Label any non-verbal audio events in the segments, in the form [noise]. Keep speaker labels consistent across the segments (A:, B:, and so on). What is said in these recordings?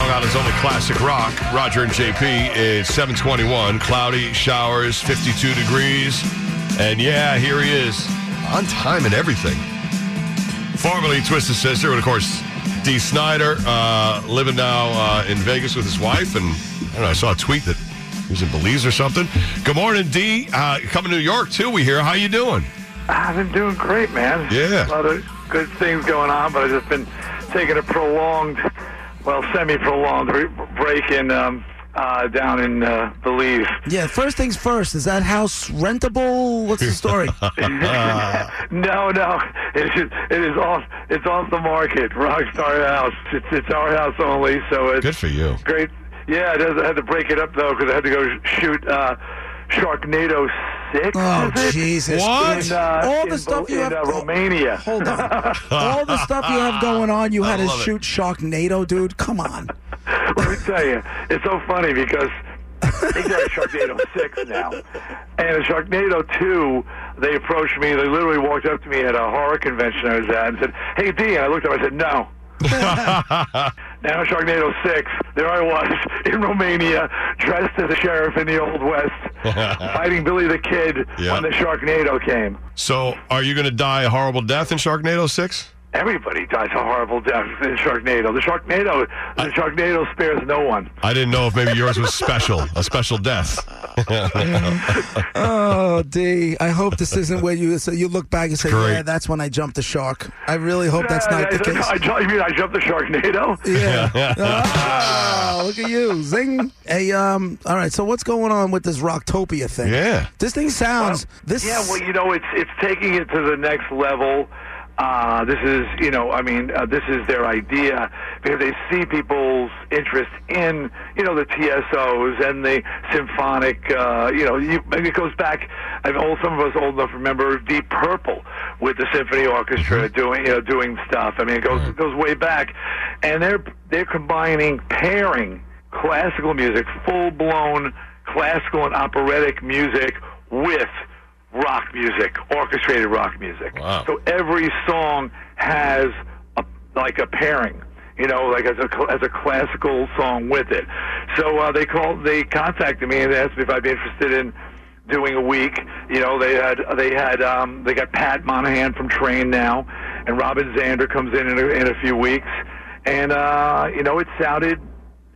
A: Long Island's only classic rock. Roger and JP. It's 721. Cloudy showers, 52 degrees. And yeah, here he is. On time and everything. Formerly Twisted Sister, and of course, Dee Snyder, uh, living now uh, in Vegas with his wife. And I don't know, I saw a tweet that he was in Belize or something. Good morning, Dee. Uh, coming to New York, too, we hear. How you doing?
B: I've been Ah, doing great, man.
A: Yeah.
B: A lot of good things going on, but I've just been taking a prolonged, well, semi-prolonged re- break in um, uh, down in uh, Belize.
C: Yeah, first things first. Is that house rentable? What's
A: [laughs]
C: the story?
B: [laughs] No, no, it is it is off it's off the market. Rockstar House. It's it's our house only, so it's
A: Good for you.
B: great. Yeah, I just- I had to break it up though because I had to go shoot uh, Sharknado Six.
C: oh,
B: is it?
C: Jesus.
A: What?
C: Christ.
B: In, uh,
C: All
B: in
C: the stuff
B: Bo-
C: you
B: in,
C: have.
B: uh, Romania.
C: [laughs] Hold on. All the stuff you have going on, you had to
A: love it.
C: shoot Sharknado, dude. Come on.
B: [laughs] Let me tell you, it's so funny because they got
C: [laughs]
B: Sharknado 6 now. And in Sharknado 2, they approached me. They literally walked up to me at a horror convention I was at and said, Hey, D. And I looked at them I said,
C: [laughs]
B: No. now in Sharknado 6, there I was [laughs] in Romania, dressed as a sheriff in the Old West,
C: [laughs]
B: fighting Billy the Kid
A: Yeah.
B: when the Sharknado came.
A: So, are you going to die a horrible death in Sharknado 6?
B: Everybody dies a horrible death in Sharknado. The Sharknado, the Sharknado spares no one.
A: I didn't know if maybe yours was special, a special death.
C: Oh, D. I hope this isn't where you so you look back and say,
A: Great.
C: yeah, that's when I jumped the shark. I really hope that's
B: Yeah,
C: not the
B: yeah,
C: case.
B: I, I, you mean I jumped the Sharknado?
C: [laughs] Yeah. Ah, look at you, zing. Hey, um, all right. So what's going on with this Rocktopia thing?
A: Yeah.
C: This thing sounds. This.
B: Yeah, well, you know, it's it's taking it to the next level. Uh, this is, you know, I mean, uh, this is their idea because they see people's interest in, you know, the TSOs and the symphonic, uh, you know, you, and it goes back. I mean, old, some of us old enough remember Deep Purple with the symphony orchestra doing, you know, doing stuff. I mean, it goes it goes way back, and they're they're combining pairing classical music, full blown classical and operatic music with rock music, orchestrated rock music.
A: Wow.
B: So every song has a, like a pairing, you know, like as a cl- as a classical song with it. So uh, they called, they contacted me and they asked me if I'd be interested in doing a week. You know, they had they had um, they got Pat Monahan from Train now, and Robin Zander comes in in a, in a few weeks, and uh, you know, it sounded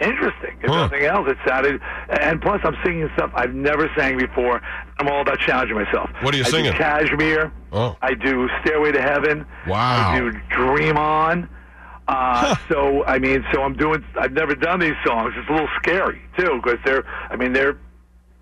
B: interesting. If
A: Huh.
B: nothing else, it sounded. And plus, I'm singing stuff I've never sang before. I'm all about challenging myself.
A: What are you
B: I
A: singing?
B: Do Cashmere.
A: Oh.
B: I do Stairway to Heaven.
A: Wow.
B: I do Dream On. Uh, So I mean, so I'm doing. I've never done these songs. It's a little scary too, because they're. I mean, they're.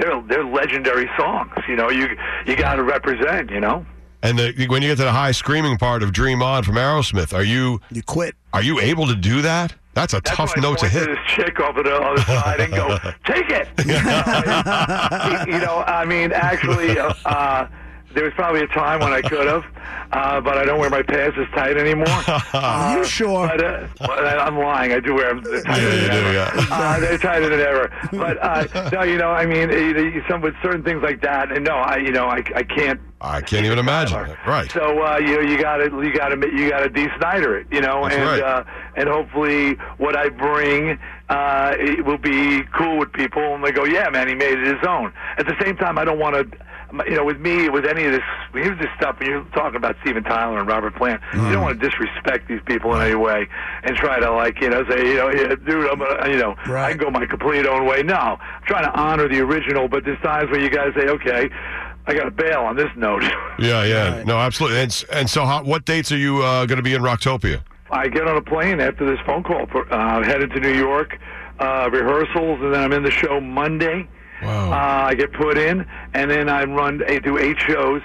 B: They're, they're legendary songs, you know. You you got to represent, you know.
A: [laughs] And the, when you get to the high screaming part of Dream On from Aerosmith, are you
C: you quit.
A: are you able to do that? That's a tough
B: why I
A: note to
B: point
A: hit.
B: This chick over the other side
A: [laughs]
B: and go, take it. You know, you know, I mean, actually, uh, uh, there was probably a time when I could have, uh, but I don't wear my pants as tight anymore.
A: [laughs]
C: Are you sure?
B: But, uh, but I- I'm lying. I do wear them tighter
A: Yeah, you
B: than
A: do,
B: ever.
A: yeah.
B: Uh, they're tighter than ever. But
A: [laughs]
B: uh, no, you know, I mean, uh, some with certain things like that, and no, I, you know, I, I can't
A: I can't even imagine.
B: Tyler.
A: it. Right.
B: So uh, you know, you got to you got to you got to de-Snyder it, you know,
A: That's
B: and
A: right.
B: uh, and hopefully what I bring uh, it will be cool with people, and they go, yeah, man, he made it his own. At the same time, I don't want to. You know, with me, with any of this, here's this stuff. When you're talking about Steven Tyler and Robert Plant, you
A: Mm.
B: don't want to disrespect these people in any way and try to like, you know, say, you know, yeah, dude, I'm, gonna, you know, I
C: Right.
B: can go my complete own way. No, I'm trying to honor the original, but there's times where you guys say, okay, I got to bail on this note. [laughs]
A: yeah, yeah. No, absolutely. And, s- and so, how, what dates are you uh, going to be in Rocktopia?
B: I get on a plane after this phone call, uh, headed to New York, uh, rehearsals, and then I'm in the show Monday.
A: Wow.
B: Uh, I get put in, and then I run I do eight shows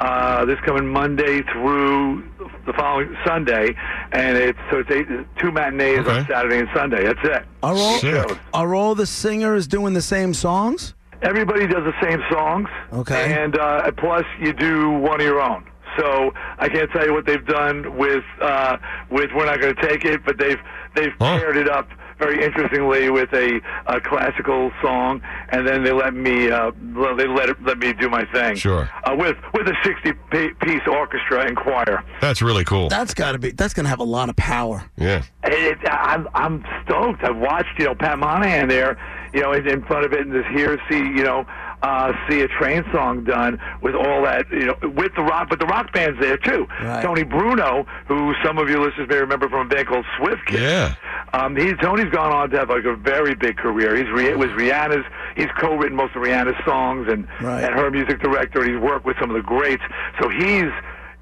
B: uh, this coming Monday through the following Sunday, and it's so it's eight, two matinees
A: Okay.
B: on Saturday and Sunday. That's it.
C: Are all
A: Sick.
C: are all the singers doing the same songs?
B: Everybody does the same songs.
C: Okay.
B: And uh, plus, you do one of your own. So I can't tell you what they've done with uh, with We're Not Going to Take It, but they've they've
A: Huh.
B: paired it up very interestingly with a, a classical song, and then they let me uh, le- they let it- let me do my thing.
A: Sure.
B: Uh, with with a sixty pi- piece orchestra and choir.
A: That's really cool.
C: That's got to be. That's gonna have a lot of power.
A: Yeah.
B: It, I'm I'm stoked. I watched you know Pat Monahan there, you know, in, in front of it, and just hear see you know uh, see a train song done with all that you know with the rock, but the rock band's there too.
C: Right.
B: Tony Bruno, who some of you listeners may remember from a band called Swift Kids.
A: Yeah.
B: Um, he, Tony's gone on to have like a very big career. He's re- it was Rihanna's. He's co-written most of Rihanna's songs and
C: Right.
B: and her music director. And he's worked with some of the greats. So he's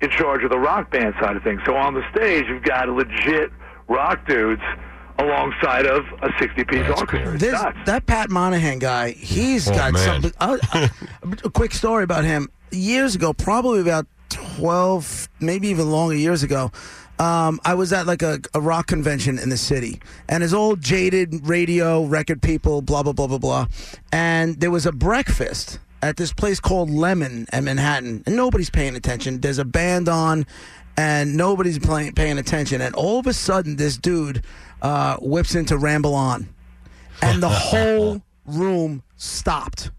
B: in charge of the rock band side of things. So on the stage, you've got legit rock dudes alongside of a 60-piece
A: That's
B: orchestra.
A: cool.
B: It's
C: This,
B: nuts.
C: that Pat Monahan guy, he's
A: Oh,
C: got
A: man.
C: something. Uh,
A: [laughs]
C: uh, a quick story about him. Years ago, probably about 12, maybe even longer years ago, um, I was at like a, a rock convention in the city. And his old jaded radio record people, blah, blah, blah, blah, blah. And there was a breakfast at this place called Lemon at Manhattan. And nobody's paying attention. There's a band on. And nobody's playing, paying attention. And all of a sudden, this dude uh, whips into Ramble On and [laughs] the whole room stopped.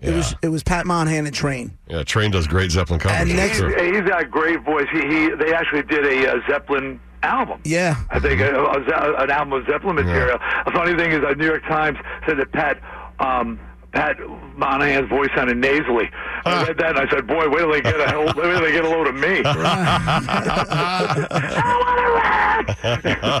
C: It was it was Pat Monahan and Train.
A: Yeah. Train does great Zeppelin covers.
C: And
A: for
C: next-
A: sure.
B: He's, he's got a great voice. He, he they actually did a uh, Zeppelin album.
C: Yeah.
B: I think a, a, Ze- uh, an album of Zeppelin material. A funny thing is, the New York Times said that Pat um, Pat Monahan's voice sounded nasally. I
C: Ah.
B: read that and I said, "Boy, wait till they get a wait till they get a load of
C: [laughs]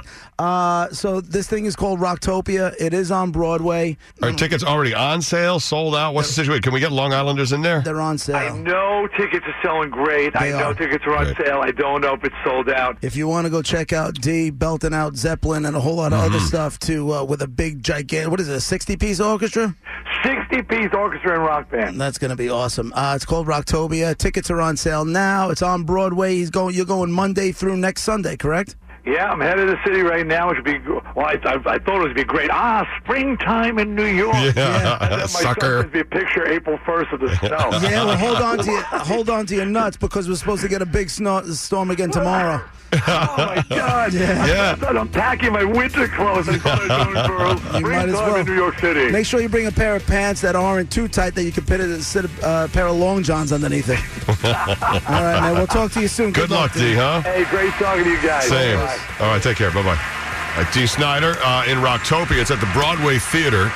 B: me."
C: Uh, so this thing is called Rocktopia. It is on Broadway.
A: Are tickets already on sale, sold out? What's the situation? Can we get Long Islanders in there?
C: They're on
B: I
C: sale.
B: know tickets are selling great. I
C: They
B: know
C: are.
B: tickets are on
A: Right.
B: sale. I don't know if it's sold out.
C: If you want to go check out D belting out Zeppelin and a whole lot of other stuff too, uh, with a big gigantic what is it, a sixty piece orchestra?
B: Sixty piece orchestra and rock band.
C: That's gonna be awesome. Uh, it's called Rocktopia. Tickets are on sale now. It's on Broadway. He's going. You're going Monday through next Sunday, correct?
B: Yeah, I'm headed to the city right now. It should be. Well, I, I, I thought it would be great. Ah, springtime in New York.
A: [laughs] Yeah.
C: [laughs]
B: And then
A: [laughs]
B: my
A: Sucker.
B: son sends me a picture April 1st of the snow.
C: Yeah, well, hold on to your, hold on to your nuts because we're supposed to get a big snow, storm again tomorrow.
B: Oh my
C: [laughs]
B: God!
A: Yeah.
B: I thought I'm packing my winter clothes and going to
C: [laughs] You might
B: springtime
C: as well.
B: in New York City.
C: Make sure you bring a pair of pants that aren't too tight that you can fit a sit a uh, pair of long johns underneath it. [laughs] All right, man. We'll talk to you soon.
A: Good luck, D, huh?
B: hey, great talking to you guys.
A: Same.
B: Bye.
A: All right, take care. Bye bye. D. Snyder uh, in Rocktopia. It's at the Broadway Theater,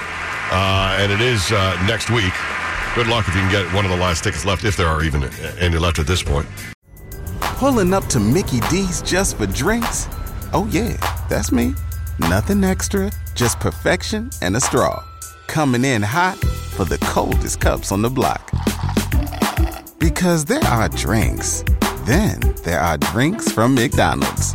A: uh, and it is uh, next week. Good luck if you can get one of the last tickets left, if there are even any left at this point.
D: Pulling up to Mickey D's just for drinks? Oh, yeah, that's me. Nothing extra, just perfection and a straw. Coming in hot for the coldest cups on the block. Because there are drinks, then there are drinks from McDonald's.